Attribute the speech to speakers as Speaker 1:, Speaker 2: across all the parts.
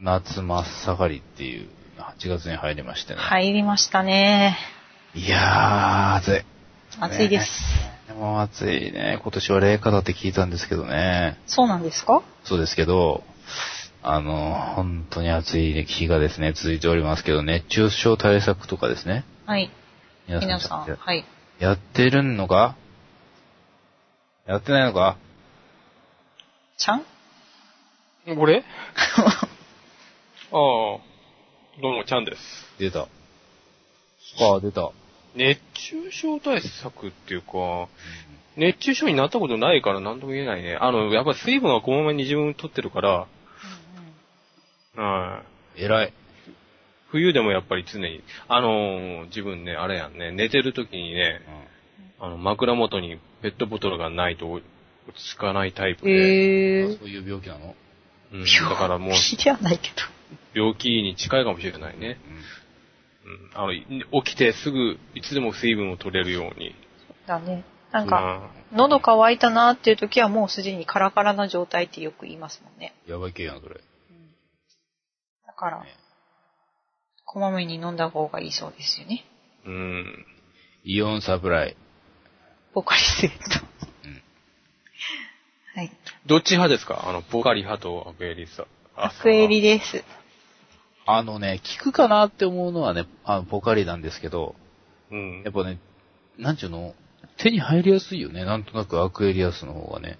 Speaker 1: 夏真っ盛りっていう、8月に入りましてね。
Speaker 2: 入りましたね。
Speaker 1: いやー、暑い。
Speaker 2: 暑いです。
Speaker 1: ね。でも暑いね。今年は冷夏だって聞いたんですけどね。
Speaker 2: そうなんですか
Speaker 1: そうですけど、あの、本当に暑い日がですね、続いておりますけど、熱中症対策とかですね。
Speaker 2: はい。
Speaker 1: 皆
Speaker 2: 皆さん、
Speaker 1: や
Speaker 2: はい。
Speaker 1: やってるのかやってないの か
Speaker 2: ちゃん
Speaker 3: 俺ああ、どうも、ちゃんです。
Speaker 1: 出た。あ、出た。
Speaker 3: 熱中症対策っていうか、熱中症になったことないから何とも言えないね。あの、やっぱり水分はこまめに自分取ってるから、はい。
Speaker 1: 偉い。
Speaker 3: 冬でもやっぱり常に、あのー自分ね、あれやんね、寝てる時にね、あの、枕元にペットボトルがないと落ち着かないタイプで、
Speaker 2: え
Speaker 1: うんあ
Speaker 2: ー。
Speaker 1: そういう病気なの、
Speaker 3: うん、だからもう
Speaker 2: 知りゃないけど。
Speaker 3: 病気に近いかもしれないね。
Speaker 1: うん
Speaker 3: うん、あの、い起きてすぐ、いつでも水分を取れるように。
Speaker 2: だね。なんか、
Speaker 3: まあ
Speaker 2: 喉乾いたなっていう時はもうすでにカラカラな状態ってよく言いますもんね。
Speaker 1: やばい系やな、それ。
Speaker 2: だから
Speaker 1: ね、
Speaker 2: こまめに飲んだ方がいいそうですよね。
Speaker 3: うん。
Speaker 1: イオンサプライ。
Speaker 2: ポカリスエット。
Speaker 1: うん
Speaker 2: はい。
Speaker 3: どっち派ですかあの、ポカリ派とアクエリさ。
Speaker 2: アクエリ
Speaker 3: で。
Speaker 2: です。
Speaker 1: あのね、効くかなって思うのはね、あの、ポカリなんですけど、
Speaker 3: うん
Speaker 1: やっ。ぱね、なんちゅうの、手に入りやすいよね。なんとなくアクエリアスの方がね。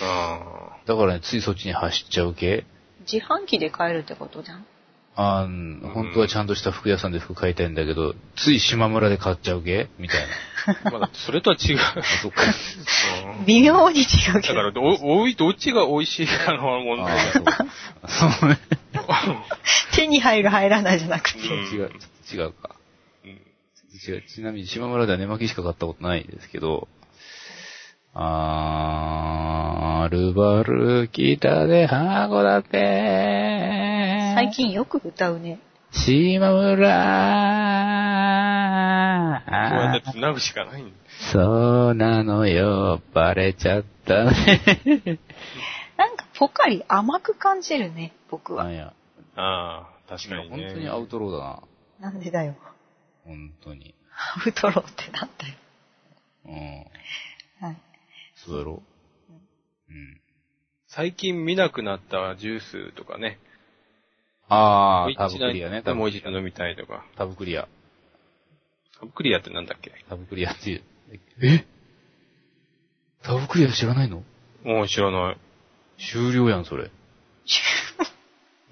Speaker 3: あ
Speaker 1: だからね、ついそっちに走っちゃう系。
Speaker 2: 自販機で買えるってことじゃん。
Speaker 1: あん、本当はちゃんとした服屋さんで服買いたいんだけど、つい島村で買っちゃう系み たいな。
Speaker 3: ーまだ、それとは違 う。
Speaker 1: あ、そっか。
Speaker 3: うん
Speaker 2: 微妙に違うけ
Speaker 3: だ
Speaker 2: ど。
Speaker 3: から、お、おい、どっちが美味しいかの問題
Speaker 1: あ
Speaker 3: だよ。
Speaker 1: そう。そうね。
Speaker 2: 手に入る入らないじゃなくて。
Speaker 3: うん
Speaker 1: 違う、違うか。
Speaker 3: うん
Speaker 1: 違う。ちなみに島村では寝巻きしか買ったことないですけど、あー、ルバル北で函館
Speaker 2: 最近よく歌うね。
Speaker 1: 島
Speaker 3: こうやっ
Speaker 1: 村
Speaker 3: て繋ぐしかないんだ
Speaker 1: そうなのよ、バレちゃったね。
Speaker 2: なんかポカリ甘く感じるね、僕
Speaker 1: な
Speaker 2: は。
Speaker 1: んや、
Speaker 3: ああ、確かにね。
Speaker 1: 本当にアウトローだな。
Speaker 2: なんでだよ。
Speaker 1: 本当に。
Speaker 2: アウトローってなんだよ。
Speaker 1: うん。
Speaker 2: はい。
Speaker 1: そうやろうん。
Speaker 3: 最近見なくなったジュースとかね。
Speaker 1: あ
Speaker 3: もう
Speaker 1: ー、
Speaker 3: 一
Speaker 1: タブクリアね。タ
Speaker 3: もう
Speaker 1: ブ
Speaker 3: 一度飲みたいとか。
Speaker 1: タブクリア。
Speaker 3: サブクリアってなんだっけ
Speaker 1: タブクリアっていう。えタブクリア知らないの
Speaker 3: もう知らない。
Speaker 1: 終了やん、それ。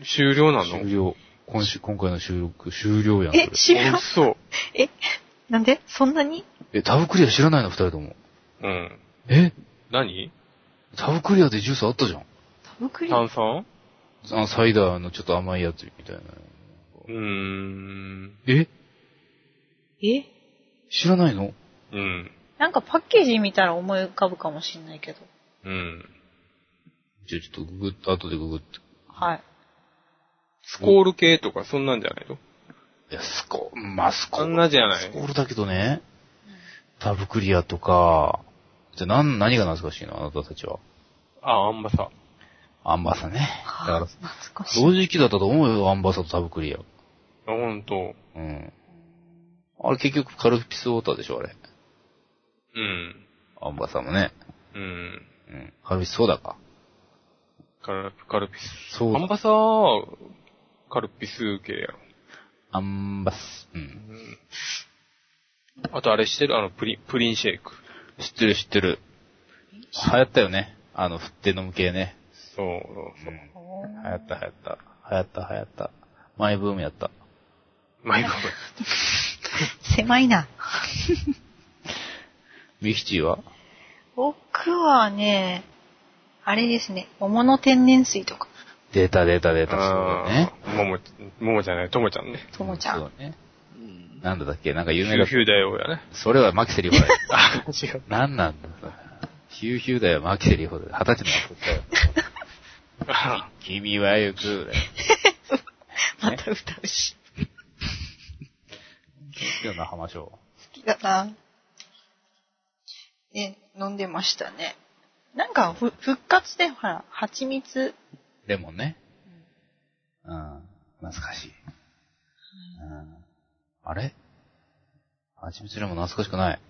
Speaker 3: 終了なの
Speaker 1: 終了。今週、今回の収録、終了やん、それ
Speaker 2: え、。知らん。
Speaker 3: そう。
Speaker 2: え、なんでそんなに
Speaker 1: え、タブクリア知らないの、二人とも。
Speaker 3: うん。
Speaker 1: え
Speaker 3: 何
Speaker 1: タブクリアでジュースあったじゃん。
Speaker 2: タブクリア
Speaker 3: 炭酸
Speaker 1: あのサイダーのちょっと甘いやつみたいな。
Speaker 3: うーん。
Speaker 1: え
Speaker 2: え
Speaker 1: 知らないの
Speaker 3: うん。
Speaker 2: なんかパッケージ見たら思い浮かぶかもしんないけど。
Speaker 3: うん。
Speaker 1: じゃあちょっとググって、後でググって。
Speaker 2: はい。
Speaker 3: スコール系とかそんなんじゃないの
Speaker 1: いや、スコ、まあ、スコ
Speaker 3: あんなじゃない
Speaker 1: スコールだけどね。タブクリアとか、じゃあ、なん、何が懐かしいのあなたたちは。
Speaker 3: あ、あんまさ。
Speaker 1: アンバサね。だから、
Speaker 2: 懐かしい。
Speaker 1: 同時期だったと思うよ、アンバサとタブクリア。
Speaker 3: あ、ほんと。
Speaker 1: うん。あれ結局カルピスウォーターでしょ、あれ。
Speaker 3: うん。
Speaker 1: アンバサもね。
Speaker 3: うん。
Speaker 1: うん。カルピスソーダか。
Speaker 3: カルカルピス。
Speaker 1: そう
Speaker 3: アンバサー、カルピス系やろ。
Speaker 1: アンバス。うん。
Speaker 3: あとあれしてるあの、プリン、プリンシェイク。
Speaker 1: 知ってる知ってる。流行ったよね。あの、振って飲む系ね。
Speaker 3: そうそうそう。
Speaker 2: お
Speaker 1: 流
Speaker 2: ー
Speaker 1: 行った流行った。流行った流行った。マイブームやった。
Speaker 3: マイブー
Speaker 2: 狭いな。
Speaker 1: ミキチーは
Speaker 2: 僕はね、あれですね、桃の天然水とか、
Speaker 1: 出た出た出
Speaker 3: ム。
Speaker 1: た。そうだね。
Speaker 3: あー。もも、ももじゃない、ともちゃんね。
Speaker 2: ともちゃ
Speaker 1: そ
Speaker 2: ん
Speaker 1: う。だね。なんだだっけなんか
Speaker 3: ヒ
Speaker 1: 有名
Speaker 3: ュー
Speaker 1: だ
Speaker 3: ヒューだよやね。
Speaker 1: それはマキセリホだよ。
Speaker 3: あ、違う。
Speaker 1: なんなんだヒューヒューだよ、マキセリホだよ。二十歳の子だよ。
Speaker 3: あ
Speaker 1: 君は行く。
Speaker 2: また歌うし。
Speaker 1: 今日の浜章。
Speaker 2: 好きだな。ね、飲んでましたね。なんかふ、復活で、ほら、蜂蜜
Speaker 1: レモンね。うん。懐かしい。うん、あれ蜂蜜レモン懐かしくない。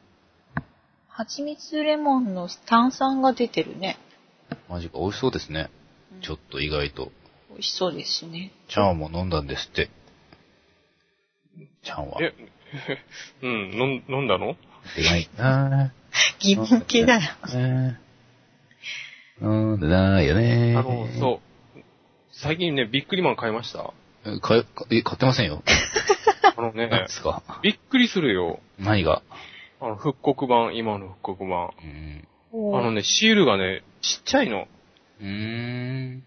Speaker 2: 蜂蜜レモンの炭酸が出てるね。
Speaker 1: マジか、美味しそうですね。ちょっ
Speaker 2: と。
Speaker 1: と意外と。
Speaker 2: 美味しそうですしね。
Speaker 1: チャンも飲んだんですって。チャンは。
Speaker 3: え、 うん、飲ん飲んだの
Speaker 1: でか いな
Speaker 2: 疑問系だよ。
Speaker 1: ぁ。ね飲んでないよ
Speaker 3: あ
Speaker 1: ねー
Speaker 3: の、そう。最近ね、ビックリマン買いました。
Speaker 1: え買えかえ、買ってませんよ。
Speaker 3: あの
Speaker 1: 何
Speaker 3: ね
Speaker 1: で、すか
Speaker 3: びっくりするよ。
Speaker 1: 何が。
Speaker 3: あの、復刻版、今の復刻版。
Speaker 1: うん。
Speaker 3: あ
Speaker 2: おー
Speaker 3: のね、シールがね、ちっちゃいの。
Speaker 1: うーん。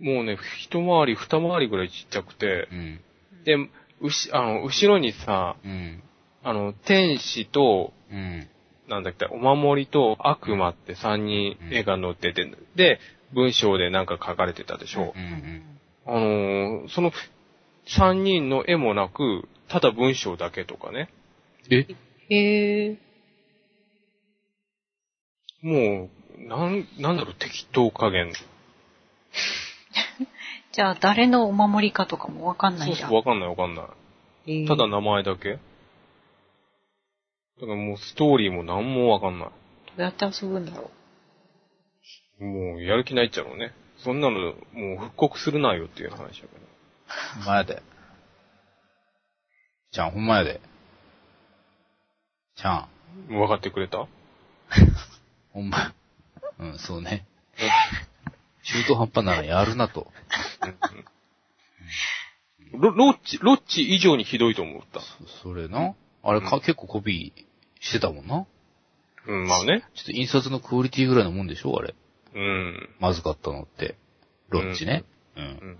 Speaker 3: もうね、一回り、二回りぐらいちっちゃくて
Speaker 1: う。ん。
Speaker 3: で、うし、あの、後ろにさ、
Speaker 1: うん。
Speaker 3: あの、天使と、
Speaker 1: うん。
Speaker 3: なんだっけ、お守りと悪魔って三人絵が載ってて、で、文章でなんか書かれてたでしょ
Speaker 1: う。ん。
Speaker 3: あのーその三人の絵もなく、ただ文章だけとかね。
Speaker 1: え
Speaker 2: へえ。
Speaker 3: もう、なん、なんだろう、適当加減。
Speaker 2: じゃあ、誰のお守りかとかもわかんな
Speaker 3: そ
Speaker 2: いん
Speaker 3: う
Speaker 2: だ。
Speaker 3: そう、わかんないわかんな
Speaker 2: へー
Speaker 3: い。ただ名前だけ。だからもうストーリーも何もわかんない。
Speaker 2: どうやって遊ぶんだろ
Speaker 3: もうやる気ないっちゃろうね。そんなの、もう復刻するなよっていう話だけど。
Speaker 1: ほんまやで。ちゃん、ほんまやで。ちゃん、
Speaker 3: 分かってく れた
Speaker 1: ほんま。うん、そうね。中途半端ならやるなと。
Speaker 3: ロロッチ、ロッチ以上にひどいと思った。
Speaker 1: それな。あれか、
Speaker 3: うん
Speaker 1: 結構コピーしてたもんな。
Speaker 3: うん、まあね。
Speaker 1: ちょっと印刷のクオリティぐらいのもんでしょあれ。
Speaker 3: うん。
Speaker 1: まずかったのって。ロッチね。うん。
Speaker 3: うん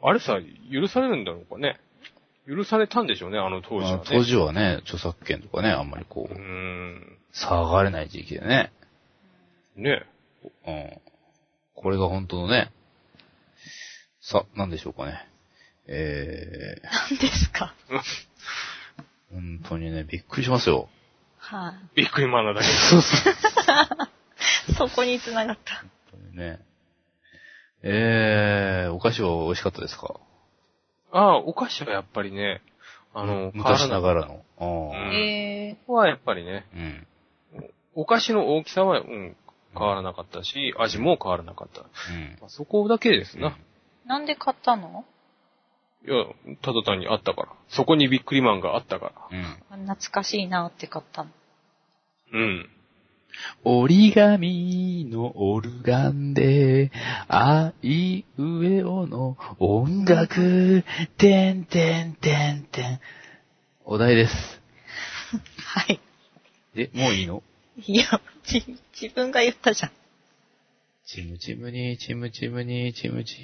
Speaker 3: あれさ、許されるんだろうかね。許されたんでしょうね、あの当時
Speaker 1: ま
Speaker 3: は
Speaker 1: あ
Speaker 3: ね。
Speaker 1: 当時はね、著作権とかね、あんまりこ
Speaker 3: う
Speaker 1: う、
Speaker 3: ん。
Speaker 1: 騒がれない時期でね。
Speaker 3: ね
Speaker 1: うん。これが本当のね。さ、なんでしょうかね。えー、
Speaker 2: う。なんですか。
Speaker 1: 本当にね、びっくりしますよ。
Speaker 2: はい、
Speaker 3: ビックリマンなだけ ど。
Speaker 1: そうそう。
Speaker 2: そこに繋がった。
Speaker 1: ね。えー、お菓子は美味しかったですか
Speaker 3: ああ、お菓子はやっぱりね、あの、
Speaker 1: 昔な
Speaker 3: ら
Speaker 1: がらの。あ
Speaker 3: うん
Speaker 2: え
Speaker 3: ここはやっぱりね、
Speaker 1: ーうん。
Speaker 3: お菓子の大きさは、うん、変わらなかったし、味も変わらなかった。
Speaker 1: うん。
Speaker 3: まあそこだけですな。
Speaker 2: ー、なんで買ったの
Speaker 3: いや、ただ単にあったから。そこにビックリマンがあったから。
Speaker 1: うん。
Speaker 2: 懐かしいなって買ったの。
Speaker 3: うん。
Speaker 1: 折り紙のオルガンで、あいうえおの音楽、てんてんてんてん。お題です。
Speaker 2: はい。
Speaker 1: え、もういいの
Speaker 2: いや、じ自分が言ったじゃん。
Speaker 1: チムチムに、チムチムに、チムチ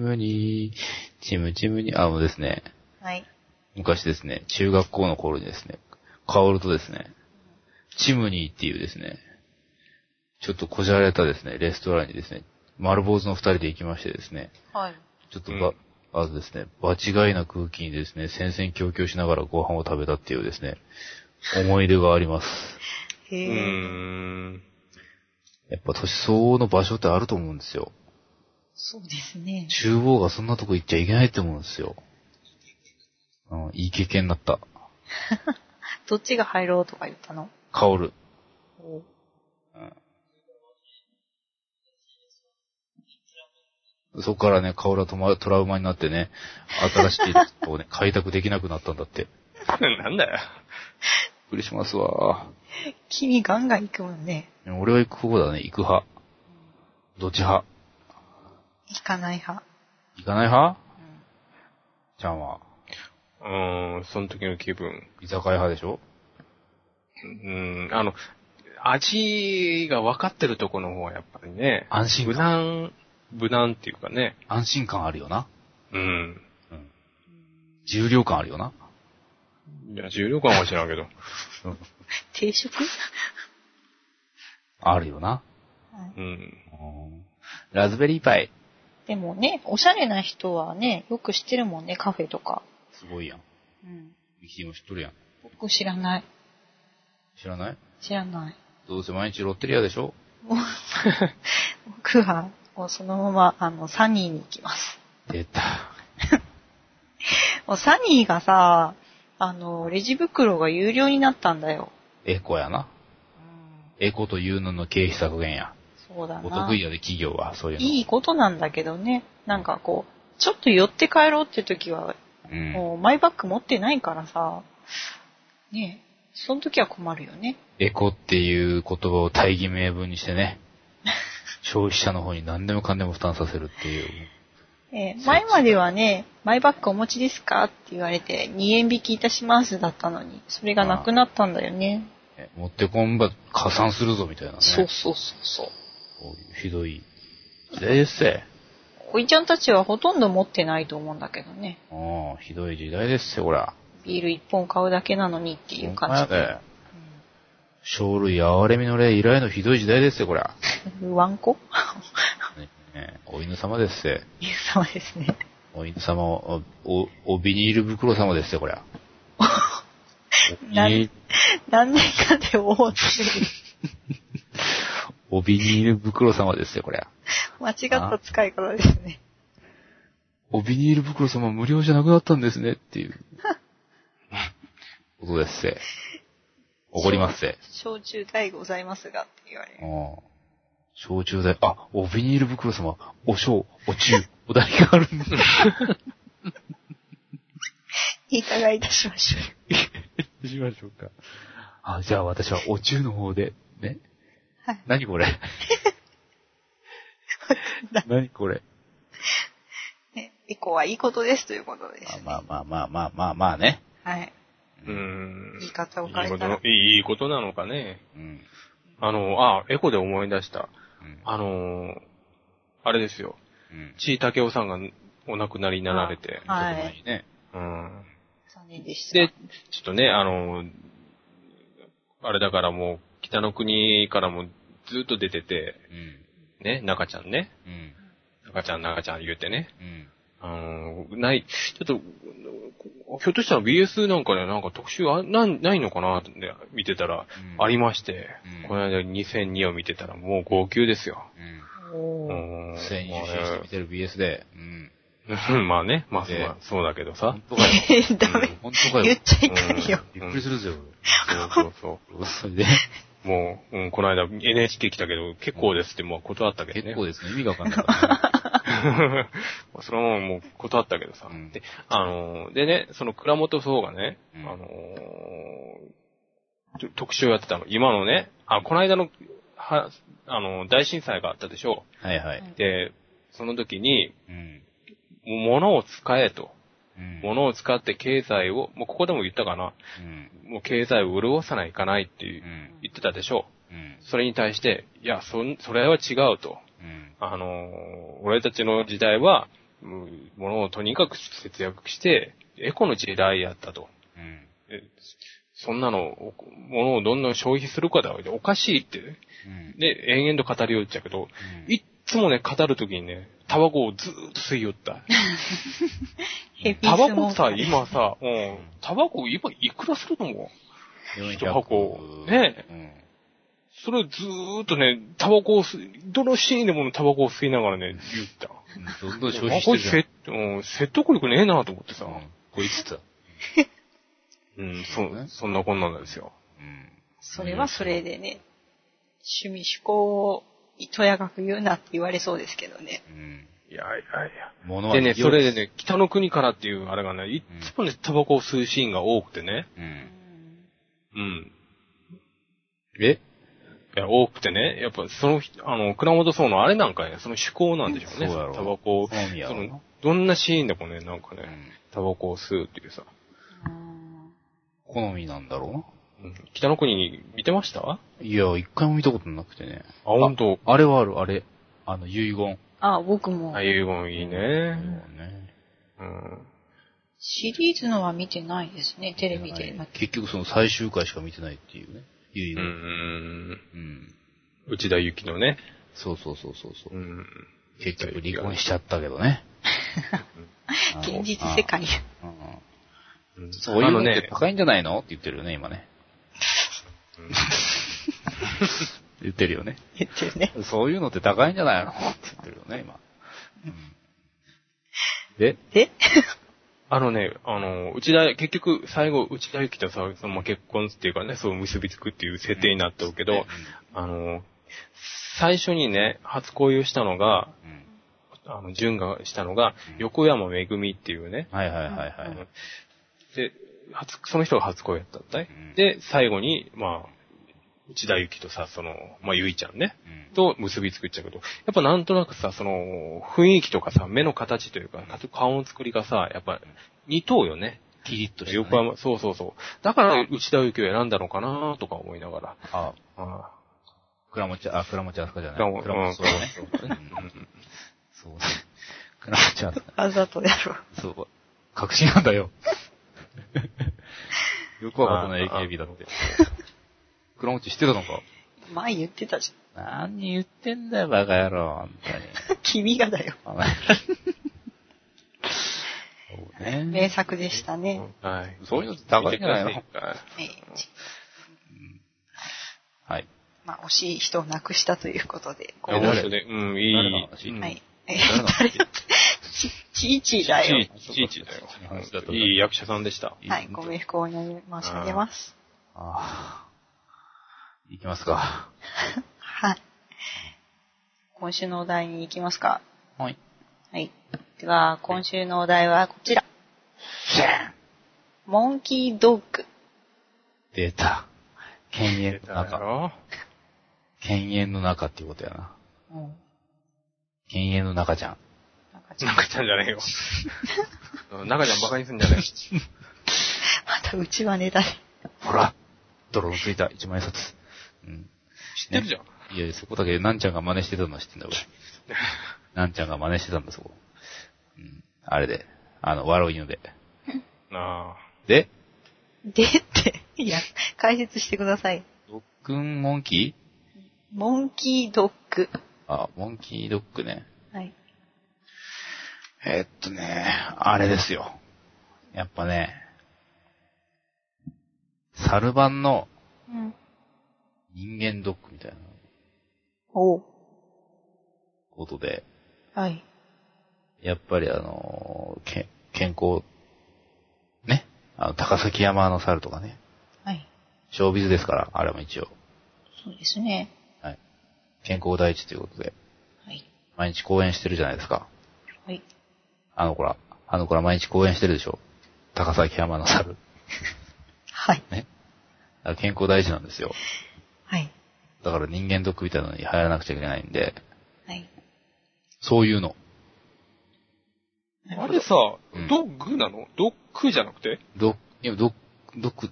Speaker 1: ムに、チムチムに、あのですね、
Speaker 2: はい。
Speaker 1: 昔ですね、中学校の頃にですね、カオルとですね、チムニーっていうですね、ちょっとこじゃれたですね、レストランにですね、丸坊主の二人で行きましてですね、
Speaker 2: はい。
Speaker 1: ちょっと
Speaker 3: う
Speaker 1: ば
Speaker 3: ん、
Speaker 1: あのですね、場違いな空気にですね、戦々恐々しながらご飯を食べたっていうですね、思い出があります。
Speaker 2: へ
Speaker 3: うー
Speaker 2: え。
Speaker 3: ん。
Speaker 1: やっぱ年相応の場所ってあると思うんですよ。
Speaker 2: そうですね。
Speaker 1: 厨房がそんなとこ行っちゃいけないって思うんですよ。うん、いい経験になった。
Speaker 2: どっちが入ろうとか言ったの
Speaker 1: カオル。そこからね、カオルはトマトラウマになってね、新しいこと をね、開拓できなくなったんだって。びっ
Speaker 3: なんだよ。
Speaker 1: くりしますわ。
Speaker 2: 君ガンガン行くもんね。
Speaker 1: 俺は行く方だね、行く派。どっち派
Speaker 2: 行かない派。
Speaker 1: 行かない派ちゃんは、
Speaker 3: うーん、その時の気分。
Speaker 1: 居酒屋派でしょ
Speaker 3: うーん、あの、味が分かってるとこの方はやっぱりね、
Speaker 1: 安心
Speaker 3: 無
Speaker 1: 感。
Speaker 3: 難、無難っていうかね。
Speaker 1: 安心感あるよな。
Speaker 3: うん。
Speaker 1: 重量感あるよな。
Speaker 3: いや、重量感は知らんけど。
Speaker 2: 定食
Speaker 1: あるよな。
Speaker 3: うん。
Speaker 1: ラズベリーパイ。
Speaker 2: でもね、おしゃれな人はね、よく知ってるもんね、カフェとか。
Speaker 1: すごいやん。
Speaker 2: うん。
Speaker 1: ミキティも知っとるやん。
Speaker 2: 僕知らない。
Speaker 1: 知らない
Speaker 2: 知ら ない。
Speaker 1: どうせ毎日ロッテリアでしょ
Speaker 2: もう僕は、もうそのまま、あの、サニーに行きます。
Speaker 1: 出た。
Speaker 2: もうサニーがさ、あの、レジ袋が有料になったんだよ。
Speaker 1: エコやな。
Speaker 2: うん
Speaker 1: エコというのの経費削減や。
Speaker 2: そうだな。
Speaker 1: お得意やで、企業は、そういうの。
Speaker 2: いいことなんだけどね。なんかこう、ちょっと寄って帰ろうって時は、
Speaker 1: うん。
Speaker 2: もうマイバッグ持ってないからさ、ねえその時は困るよね。
Speaker 1: エコっていう言葉を大義名分にしてね、消費者の方に何でもかんでも負担させるっていう。
Speaker 2: え
Speaker 1: そう
Speaker 2: ー前まではね、マイバッグお持ちですかって言われて、2円引きいたしますだったのに、それがなくなったんだよね。
Speaker 1: え持ってこんば加算するぞみたいなね。
Speaker 2: そうそうそうそう。
Speaker 1: こういうひどい時代ですせ。
Speaker 2: おいちゃんたちはほとんど持ってないと思うんだけどね。
Speaker 1: うん、ひどい時代ですよ、ほら。
Speaker 2: ビール1本買うだけなのにっていう感じ
Speaker 1: ほんま
Speaker 2: で。
Speaker 1: やで生類哀れみの霊以来のひどい時代ですよ、これ。
Speaker 2: うんワンコ
Speaker 1: ねねお犬様ですせ。
Speaker 2: そうですね。
Speaker 1: お犬様を、お、お、おビニール袋様ですよ、これ。おビ
Speaker 2: な
Speaker 1: ニール
Speaker 2: 何年かで覆ってる。
Speaker 1: おビニール袋様ですよ、これ。
Speaker 2: 間違った使い方ですね。
Speaker 1: おビニール袋様無料じゃなくなったんですね、って いう。ことですせ。怒りますせ。
Speaker 2: 焼酎大ございますがって言われ
Speaker 1: う
Speaker 2: る。
Speaker 1: ん。焼酎代、あ、おビニール袋様、お小、お中、お代があるんだ。
Speaker 2: いかがいたしまし ょ
Speaker 1: しましょうか。あ、じゃあ私はお中の方で、ね。
Speaker 2: はい
Speaker 1: 何 これ何これ
Speaker 2: う。ね、エコはいいことですということです、ね。
Speaker 1: まあまあまあまあまあまあね。
Speaker 2: はい。
Speaker 3: うーん。
Speaker 2: 言い方を変
Speaker 3: いい
Speaker 2: え
Speaker 3: こ
Speaker 2: た
Speaker 3: と
Speaker 2: ら
Speaker 3: の、いいいいことなのかね。
Speaker 1: うん。
Speaker 3: あの、あ、エコで思い出した。
Speaker 1: うん
Speaker 3: あのーあれですよ。
Speaker 1: うん。
Speaker 3: ちいたけおさんがお亡くなりになられて。
Speaker 1: ちょ
Speaker 2: は
Speaker 1: っと前
Speaker 2: い。
Speaker 1: にね。
Speaker 3: うん。
Speaker 2: 残念でした。
Speaker 3: で、ちょっとね、あのーあれだからもう、北の国からもずっと出てて、
Speaker 1: うん。
Speaker 3: ね、中ちゃんね。
Speaker 1: うん。
Speaker 3: 中ちゃん、中ちゃん言うてね。
Speaker 1: うん。
Speaker 3: あのーない、ちょっと、ひょっとしたら BS なんかね、なんか特集あなんないのかなって見てた
Speaker 1: う
Speaker 3: ら、
Speaker 1: ん
Speaker 3: ありまして、
Speaker 1: うん
Speaker 3: この間2002を見てたらもう号泣ですよ。
Speaker 2: お
Speaker 3: う
Speaker 2: ー
Speaker 3: ん
Speaker 1: 先入して見てる BS で。うん。
Speaker 3: うん まあね、まあ、
Speaker 1: で
Speaker 3: まあそうだけどさ
Speaker 1: 本。当かよ。
Speaker 2: ダメ。
Speaker 1: 本当か
Speaker 2: 言
Speaker 1: よ
Speaker 2: っ。ちゃいかんよ。。
Speaker 1: びっくりするぜ、
Speaker 3: そうそうそ
Speaker 1: 俺。それで、
Speaker 3: う。もう、うん、この間 NHK 来たけど、結構ですってもう断ったけどね。
Speaker 1: 結構ですね。意味がわかんなかっ
Speaker 3: それももう断ったけどさ。
Speaker 1: うん
Speaker 3: で、あのーでね、その倉本総がね、
Speaker 1: うん
Speaker 3: あのーと特集をやってたの。今のね、あ、この間の、は、あのー大震災があったでしょ
Speaker 1: た。はいはいう
Speaker 2: ん
Speaker 3: で、その時に、
Speaker 1: うん。
Speaker 3: もう物を使えと。
Speaker 1: うん
Speaker 3: 物を使って経済を、もうここでも言ったかな。
Speaker 1: うん。。
Speaker 3: もう経済を潤さないかないっていううん言ってたでしょ
Speaker 1: うん
Speaker 3: う。。それに対して、いや、そん、それは違うと。
Speaker 1: うん。
Speaker 3: あのー俺たちの時代は、うん物をとにかく節約して、エコの時代やったと。
Speaker 1: うん。
Speaker 3: えそんなの、お物をどんどん消費するかだ、おかしいって。
Speaker 1: うん。
Speaker 3: で、延々と語りよっちゃうけど、
Speaker 1: うん
Speaker 3: いっつもね、語るときにね、タバコをずーっと吸いよった。
Speaker 2: ヘビ
Speaker 3: タ
Speaker 2: ー
Speaker 3: バ
Speaker 2: ス
Speaker 3: コ
Speaker 2: モー
Speaker 3: さ、
Speaker 2: カーです
Speaker 3: 今さ、うん、タバコ今いくらすると思う
Speaker 1: 400
Speaker 3: 一箱ねそれをずーっとね、タバコを吸い、どのシーンでもタバコを吸いながらね、言った。
Speaker 1: うん。どんどん消
Speaker 3: あ
Speaker 1: 費
Speaker 3: これ
Speaker 1: してる
Speaker 3: 説うん説得力ねえなと思って
Speaker 1: じ
Speaker 3: さ
Speaker 1: ゃん。。うんこいつだ。
Speaker 3: うん、そ、そんなこんなんですよ。
Speaker 1: うん。
Speaker 2: それはそれでね、趣味趣向をとやかく言うなって言われそうですけどね。
Speaker 1: うん。
Speaker 3: いやいや
Speaker 1: 物
Speaker 3: いや。
Speaker 1: は
Speaker 3: でね、
Speaker 1: 勢い
Speaker 3: それで。ね、北の国からっていうあれがね、いっつもね、タバコを吸うシーンが多くてね。
Speaker 1: うん。
Speaker 3: うん。
Speaker 1: え
Speaker 3: いや、多くてね、やっぱその人、あの、倉本層のあれなんかね、その趣向なんでしょうね。
Speaker 1: そうやろ
Speaker 3: タバコを、
Speaker 1: 好みや
Speaker 3: そ
Speaker 1: ろな
Speaker 3: の、どんなシーンでもね、なんかね、
Speaker 1: うん
Speaker 3: タバコを吸うっていうさ。
Speaker 1: 好みなんだろ
Speaker 3: うん北の国に見てましたあ、
Speaker 1: うないや、一回も見たことなくてね。
Speaker 3: 本当
Speaker 1: あれはある、あれ。あの、遺言。
Speaker 2: あ、僕も
Speaker 3: あ、いうもんいいね。
Speaker 1: ね。
Speaker 3: うん。
Speaker 2: シリーズのは見てないですね、テレビで。
Speaker 1: 結局その最終回しか見てないっていうね。遺
Speaker 3: う
Speaker 1: 言。
Speaker 3: ん。
Speaker 1: うん。
Speaker 3: 内田有紀のね。
Speaker 1: そうそうそうそうそうう。
Speaker 3: ん。
Speaker 1: 結局離婚しちゃったけどね。
Speaker 2: 現実世界。
Speaker 1: うんうん
Speaker 3: うん
Speaker 1: そういうのって高いんじゃないのって言ってるよね、今ね。言ってるよね。
Speaker 2: 言ってるね。
Speaker 1: そういうのって高いんじゃないのって言ってるよね、今。うんで、
Speaker 2: で
Speaker 3: あのね、あの、内田、結局、最後、内田有紀と沢木さんも結婚っていうかね、そう結びつくっていう設定になってるけど、
Speaker 1: うん
Speaker 3: あの、最初にね、初恋をしたのが、
Speaker 1: うん
Speaker 3: あの、純がしたのが
Speaker 1: うん、
Speaker 3: 横山めぐみっていうね、
Speaker 1: はいはいはいはい。
Speaker 3: うんで、初、その人が初恋やったんだい、
Speaker 1: うん
Speaker 3: で、最後に、まあ、内田有紀とさ、その、まあ、ゆいちゃんね、
Speaker 1: うん
Speaker 3: と結びつくっちゃうけど、やっぱなんとなくさ、その、雰囲気とかさ、目の形というか、顔の作りがさ、やっぱ、似とうよね。
Speaker 1: キリッとした、ね。
Speaker 3: 横山、そうそうそう。だから、内田有紀を選んだのかなとか思いながら。
Speaker 1: あ、
Speaker 3: あ
Speaker 1: 倉持、あ、倉持あすかじゃな
Speaker 3: あ
Speaker 1: い。
Speaker 3: 倉本
Speaker 1: 倉持そうだね。
Speaker 3: うん
Speaker 1: うんそうね。倉持あすか。
Speaker 2: あざとやろ。
Speaker 1: そう。確信なんだよ。よくわかったな、
Speaker 3: あ
Speaker 1: AKB だって。倉持知ってたのか
Speaker 2: 前言ってたじ
Speaker 1: 何言ってんだよ、バカ野郎、本
Speaker 2: ゃん。 君がだよ。
Speaker 1: 当に。そうね。
Speaker 2: 名作でしたね。
Speaker 3: はい。
Speaker 1: そういうのって高いんじゃないの
Speaker 3: 見てください
Speaker 2: ええ
Speaker 1: はい。
Speaker 2: まあ、惜しい人を亡くしたということで、こ
Speaker 3: いや
Speaker 1: え
Speaker 2: う、
Speaker 1: 誰
Speaker 3: 本当ねうん、い
Speaker 1: 誰の
Speaker 3: い。
Speaker 1: 話
Speaker 3: うん
Speaker 2: はい。え
Speaker 1: 誰の
Speaker 2: 誰だってち、ちいちいだよ。
Speaker 3: ちいちいだ
Speaker 1: ちいちの話だ
Speaker 3: よ
Speaker 1: と。
Speaker 3: いい役者さんでした。
Speaker 2: はい、ご冥福をお祈り申し上げます。
Speaker 1: ああ。いきますか。
Speaker 2: はい。今週のお題に行きますか。
Speaker 1: はい。
Speaker 2: はい。では、今週のお題はこちら。モンキードッグ。
Speaker 1: 出た。犬猿の
Speaker 3: だ
Speaker 1: 中。
Speaker 3: ろ
Speaker 1: 犬猿の中っていうことやな。
Speaker 2: うん。
Speaker 1: 犬猿の中ちゃん。
Speaker 2: なんかちょっと
Speaker 3: 中ちゃんじゃ ねえよ。うん中ちゃんバカにすんじゃね
Speaker 2: またうちはねだね。
Speaker 1: ほら泥のついた一万円札。うん。知
Speaker 3: えよ。知ってるじゃん。
Speaker 1: ん。いやいや、そこだけ、なんちゃんが真似してたのは知ってんだ、俺。 なんちゃんが真似してたんだ、そこ。うん。あれで。あの、悪いので。
Speaker 3: なあ。
Speaker 1: で、
Speaker 2: でって。いや、解説してください。
Speaker 1: ドッグンモンキー
Speaker 2: モンキードッグ。
Speaker 1: あ、モンキードッグね。
Speaker 2: はい。
Speaker 1: えーっとね、あれですよ。やっぱね、サルバンの
Speaker 2: うん。
Speaker 1: 人間ドッグみたいな
Speaker 2: おう。
Speaker 1: ことで、
Speaker 2: はい。
Speaker 1: やっぱりあのーけ、健康、ね、あの、高崎山の猿とかね、
Speaker 2: はい。
Speaker 1: ショービズですから、あれも一応、
Speaker 2: そうですね。
Speaker 1: はい。健康第一ということで、
Speaker 2: はい。
Speaker 1: 毎日講演してるじゃないですか。
Speaker 2: はい。
Speaker 1: あの子ら、あの子ら毎日講演してるでしょ。高崎山の猿。だか
Speaker 2: はい。
Speaker 1: ら健康第一なんですよ。
Speaker 2: はい。
Speaker 1: だから人間ドックみたいなのに入らなくちゃいけないんで、
Speaker 2: はい。
Speaker 1: そういうの。
Speaker 2: なる
Speaker 3: あ
Speaker 2: ほ
Speaker 3: れ
Speaker 2: ど。
Speaker 3: さ
Speaker 1: うん、
Speaker 3: ドッグなのドッグじゃなくて
Speaker 1: ドッ、いやドッ、ドック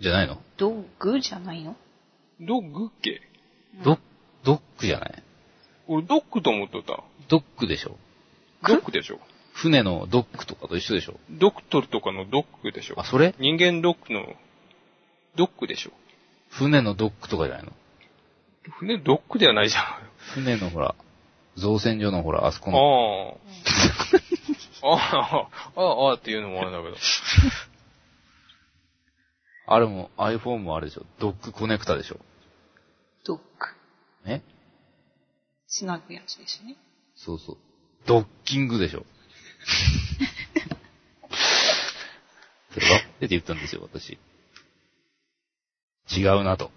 Speaker 1: じゃないの、
Speaker 2: ドッグじゃないの
Speaker 3: ドッグっけ
Speaker 1: ドッ、ドックじゃない
Speaker 3: 俺ドッグと思っとった。
Speaker 1: ドックでしょ
Speaker 3: ドッグでしょ
Speaker 1: 船のドックとかと一緒でしょ
Speaker 3: ドクトルとかのドッグでしょ
Speaker 1: あ、それ
Speaker 3: 人間ドッグの、ドッグでしょ
Speaker 1: 船のドックとかじゃないの
Speaker 3: 船ドッグではないじゃん。
Speaker 1: 船のほら、造船所のほら、あそこの、
Speaker 3: ああ。ああ、ああ、ああっていうのもあるんだけど。
Speaker 1: あれも iPhone もあれでしょドックコネクタでしょ
Speaker 2: ドッグ。
Speaker 1: ね
Speaker 2: つなぐやつですね。
Speaker 1: そうそう。ドッキングでしょ それは出て言ったんですよ、私。違うなと。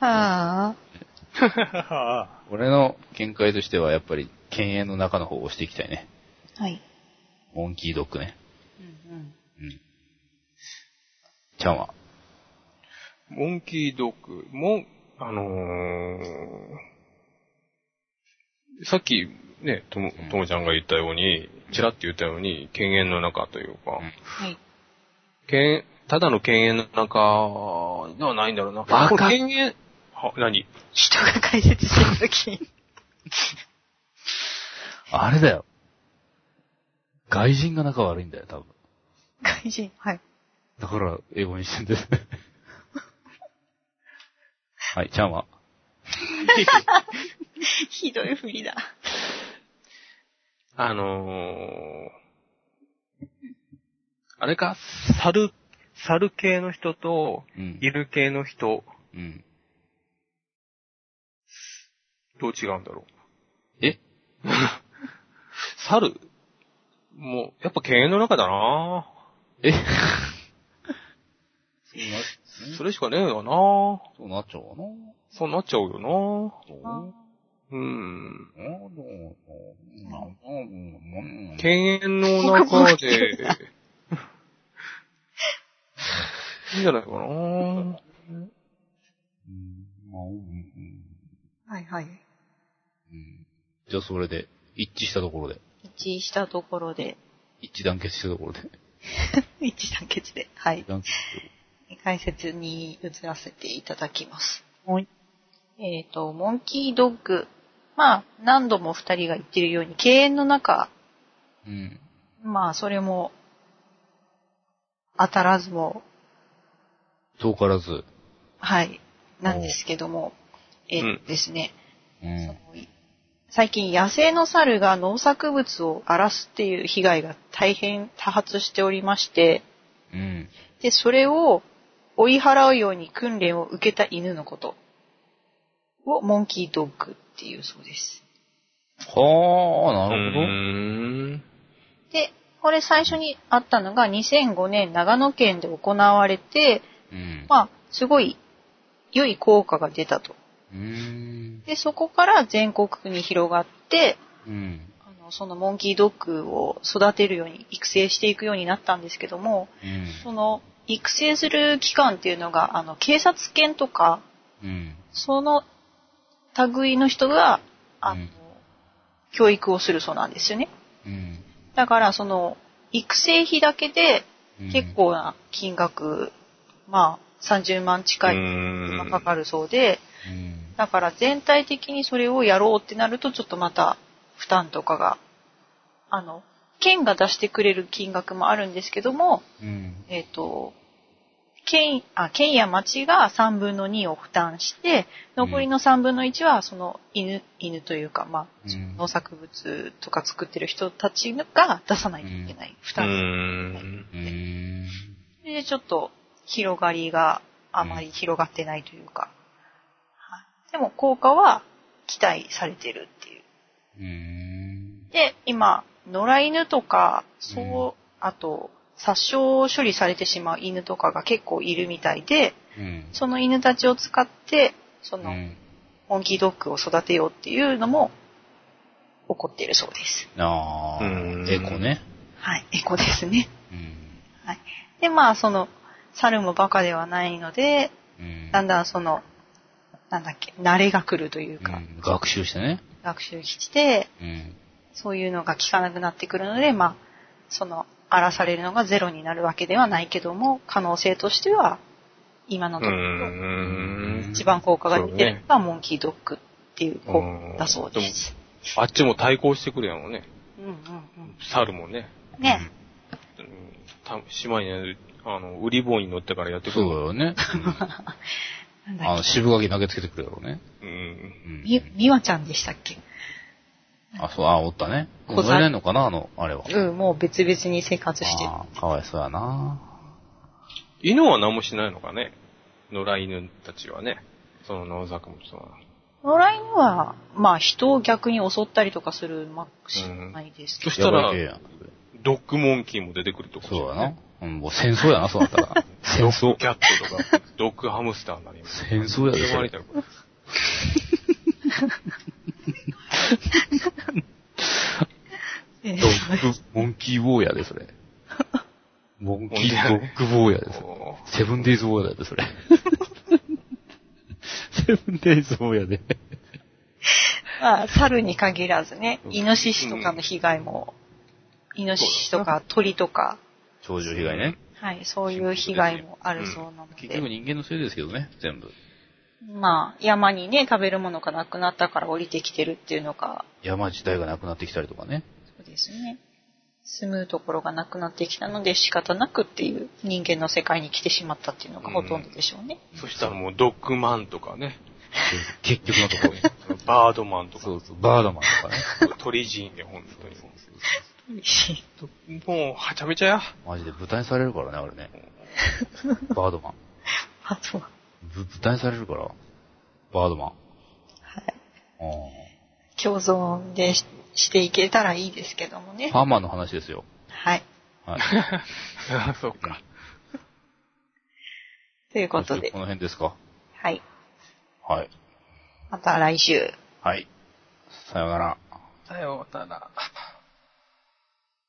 Speaker 2: はあ。
Speaker 1: 俺の見解としては、やっぱり、犬猿の中の方を押していきたいね。
Speaker 2: はい。
Speaker 1: モンキードッグね。
Speaker 2: うんうん。
Speaker 1: うん。ちゃんは。
Speaker 3: モンキードッグ、モン、あのー、さっきね、とも、ともちゃんが言ったように、ちらって言ったように、犬猿の中というか、
Speaker 2: はい。
Speaker 3: 犬、ただの犬猿の中ではないんだろうな。
Speaker 1: バカ
Speaker 3: これ犬猿、は、何
Speaker 2: 人が解説してるときに。
Speaker 1: あれだよ。外人が仲悪いんだよ、多分。
Speaker 2: 外人。はい。
Speaker 1: だから、英語にしてんです。 はい、ちゃんは。
Speaker 2: ひどいふりだ。
Speaker 3: あのーあれか、猿、猿系の人と、
Speaker 1: うん。
Speaker 3: 犬系の人
Speaker 1: うん。
Speaker 3: と違うんだろえ猿もう、やっぱ犬猿の中だな
Speaker 1: え
Speaker 3: それしかねえよな
Speaker 1: そうなっちゃうかな
Speaker 3: そうなっちゃうよな
Speaker 1: そう
Speaker 2: あ
Speaker 3: うん。
Speaker 1: あどうそうなんだろうな
Speaker 3: 犬猿の中で、いいんじゃないか
Speaker 1: う
Speaker 3: な
Speaker 1: んまあうんうん
Speaker 2: はいはい。
Speaker 1: うんじゃあそれで、一致したところで、
Speaker 2: 一致したところで、
Speaker 1: 一致団結したところで、
Speaker 2: 一致団結で、はい。
Speaker 1: 団結
Speaker 2: 解説に移らせていただきます。
Speaker 1: はい。
Speaker 2: えっ、と、モンキードッグ。まあ、何度も二人が言ってるように、敬遠の中、
Speaker 1: うん。
Speaker 2: まあ、それも、当たらずも、
Speaker 1: 遠からず、
Speaker 2: はい、なんですけども、えーとですね、
Speaker 1: う
Speaker 2: その
Speaker 1: ん。
Speaker 2: 最近野生の猿が農作物を荒らすっていう被害が大変多発しておりまして、
Speaker 1: うん。
Speaker 2: で、それを追い払うように訓練を受けた犬のことをモンキードッグっていうそうです。
Speaker 1: はあ、な
Speaker 3: う
Speaker 1: る
Speaker 3: ん。
Speaker 2: で、これ最初にあったのが2005年長野県で行われて、
Speaker 1: ほど。うん。
Speaker 2: まあ、すごい良い効果が出たと。
Speaker 1: うん。
Speaker 2: で、そこから全国区に広がって、
Speaker 1: うん。
Speaker 2: あのそのモンキードッグを育てるように育成していくようになったんですけども、
Speaker 1: うん。
Speaker 2: その育成する期間っていうのが、あの、警察犬とか、
Speaker 1: うん。
Speaker 2: その類の人が、あの、
Speaker 1: うん
Speaker 2: 教育をするそうなんですよね。
Speaker 1: うん。
Speaker 2: だから、その、育成費だけで
Speaker 1: うん
Speaker 2: 結。構な金額、まあ、30万近い金額がかかるそうで、
Speaker 1: うん。
Speaker 2: だから全体的にそれをやろうってなると、ちょっとまた負担とかが、あの、県が出してくれる金額もあるんですけども、
Speaker 1: うん。
Speaker 2: えっ、と、県、あ、県や町が3分の2を負担して、残りの3分の1はその犬、犬というか、まあ、
Speaker 1: うん
Speaker 2: 農作物とか作ってる人たちが出さないといけない負
Speaker 3: う
Speaker 2: 担。
Speaker 3: ん。
Speaker 1: うん。
Speaker 2: それでちょっと広がりがあまり広がってないというか、はいでも効果は期待されてるっていう。
Speaker 1: うん。
Speaker 2: で、今、野良犬とか、そう、あと、殺傷処理されてしまう犬とかが結構いるみたいで、
Speaker 1: うん。
Speaker 2: その犬たちを使って、そうの、
Speaker 1: ん。
Speaker 2: モンキードッグを育てようっていうのも、起こっているそうです。
Speaker 1: ああ、
Speaker 3: うん
Speaker 1: エコね。
Speaker 2: はい、エコですね。
Speaker 1: うん。
Speaker 2: で、まあ、その、猿もバカではないので、
Speaker 1: うん。
Speaker 2: だんだんその、なんだっけ、慣れが来るというか、
Speaker 1: うん学習してね。
Speaker 2: 学習して、
Speaker 1: うん。
Speaker 2: そういうのが効かなくなってくるので、まあ、その、荒らされるのがゼロになるわけではないけども、可能性としては、今のところ、
Speaker 3: うん。
Speaker 2: 一番効果が出てるのがモンキードッグっていう効果だそうです。
Speaker 3: あっちも対抗してくるやろね。
Speaker 2: うんうんうん
Speaker 3: 猿もね。
Speaker 2: ね、
Speaker 3: うんた島にね、あの、売り棒に乗ってからやってく
Speaker 1: そ
Speaker 3: る。
Speaker 1: うだよね。
Speaker 2: なん
Speaker 1: あ
Speaker 2: だ
Speaker 1: の、
Speaker 2: っ
Speaker 1: 渋垣投げつけてくるやろうね。
Speaker 3: うん。
Speaker 1: う
Speaker 2: け、
Speaker 1: ん。
Speaker 2: み、みわちゃんでしたっけ
Speaker 1: あ、そう、あ、おったね。
Speaker 2: 小
Speaker 1: 乗
Speaker 2: 猿
Speaker 1: れないのかなあの、あれは。
Speaker 2: うん、もう別々に生活してる。
Speaker 1: ああ、かわいそうやな。
Speaker 3: 犬は何もしないのかね野良犬たちはね。その農作物は。
Speaker 2: 野良犬は、まあ人を逆に襲ったりとかする、まあ、しないですけど
Speaker 3: そし、
Speaker 1: や
Speaker 3: た
Speaker 1: ば
Speaker 3: ら
Speaker 1: い、系やん。
Speaker 3: ドッグモンキーも出てくるってこと
Speaker 1: そう
Speaker 3: だ
Speaker 1: や
Speaker 3: よ
Speaker 1: な
Speaker 3: ね。。
Speaker 1: うん、もう戦争やな、そうなったら。戦
Speaker 3: ドッ
Speaker 1: 争
Speaker 3: グ。キャットとか、 ドッグハムスターになります。
Speaker 1: 戦争やで、
Speaker 3: そ
Speaker 1: そ
Speaker 3: れ
Speaker 1: れ
Speaker 3: だよ。
Speaker 2: えー
Speaker 1: ドッグ、モンキーウォーやで、それ。モンキードッグウォーやで、それ。
Speaker 3: こ
Speaker 1: セブンデイズウォーやで、それ。セブンデイズウォーやで。
Speaker 2: まあ、猿に限らずね、イノシシとかの被害も、イノシシとか鳥とか、
Speaker 1: 頂上被害ね。
Speaker 2: はい、そういう被害もあるそうなの
Speaker 1: 結局
Speaker 2: で、
Speaker 1: 人間のせいですけどね、全部。
Speaker 2: まあ、山にね、食べるものがなくなったから降りてきてるっていうのが、
Speaker 1: 山自体がなくなってきたりとか ね。
Speaker 2: そうですね。住むところがなくなってきたので仕方なくっていう人間の世界に来てしまったっていうのがほとんどでしょうね。
Speaker 3: うそしたらもうドッグマンとかね。
Speaker 1: 結局のところ。
Speaker 3: バードマンとか。
Speaker 1: そうそう、バーダマンとかね。
Speaker 3: 鳥人や、本当に。
Speaker 2: し
Speaker 3: もう、はちゃめちゃや。
Speaker 1: マジで豚にされるからね、あれね。バードマン。
Speaker 2: あとは、
Speaker 1: ぶ、豚にされるから、バードマン。
Speaker 2: はい。
Speaker 1: ああ。
Speaker 2: 共存でししていけたらいいですけどもね。
Speaker 1: パーマンの話ですよ。
Speaker 2: はい。
Speaker 1: はい。
Speaker 3: あ そっか。
Speaker 2: ということで
Speaker 1: こ、の辺ですか。
Speaker 2: はい。
Speaker 1: はい。
Speaker 2: また来週。
Speaker 1: はい。さようなら。
Speaker 3: さようなら。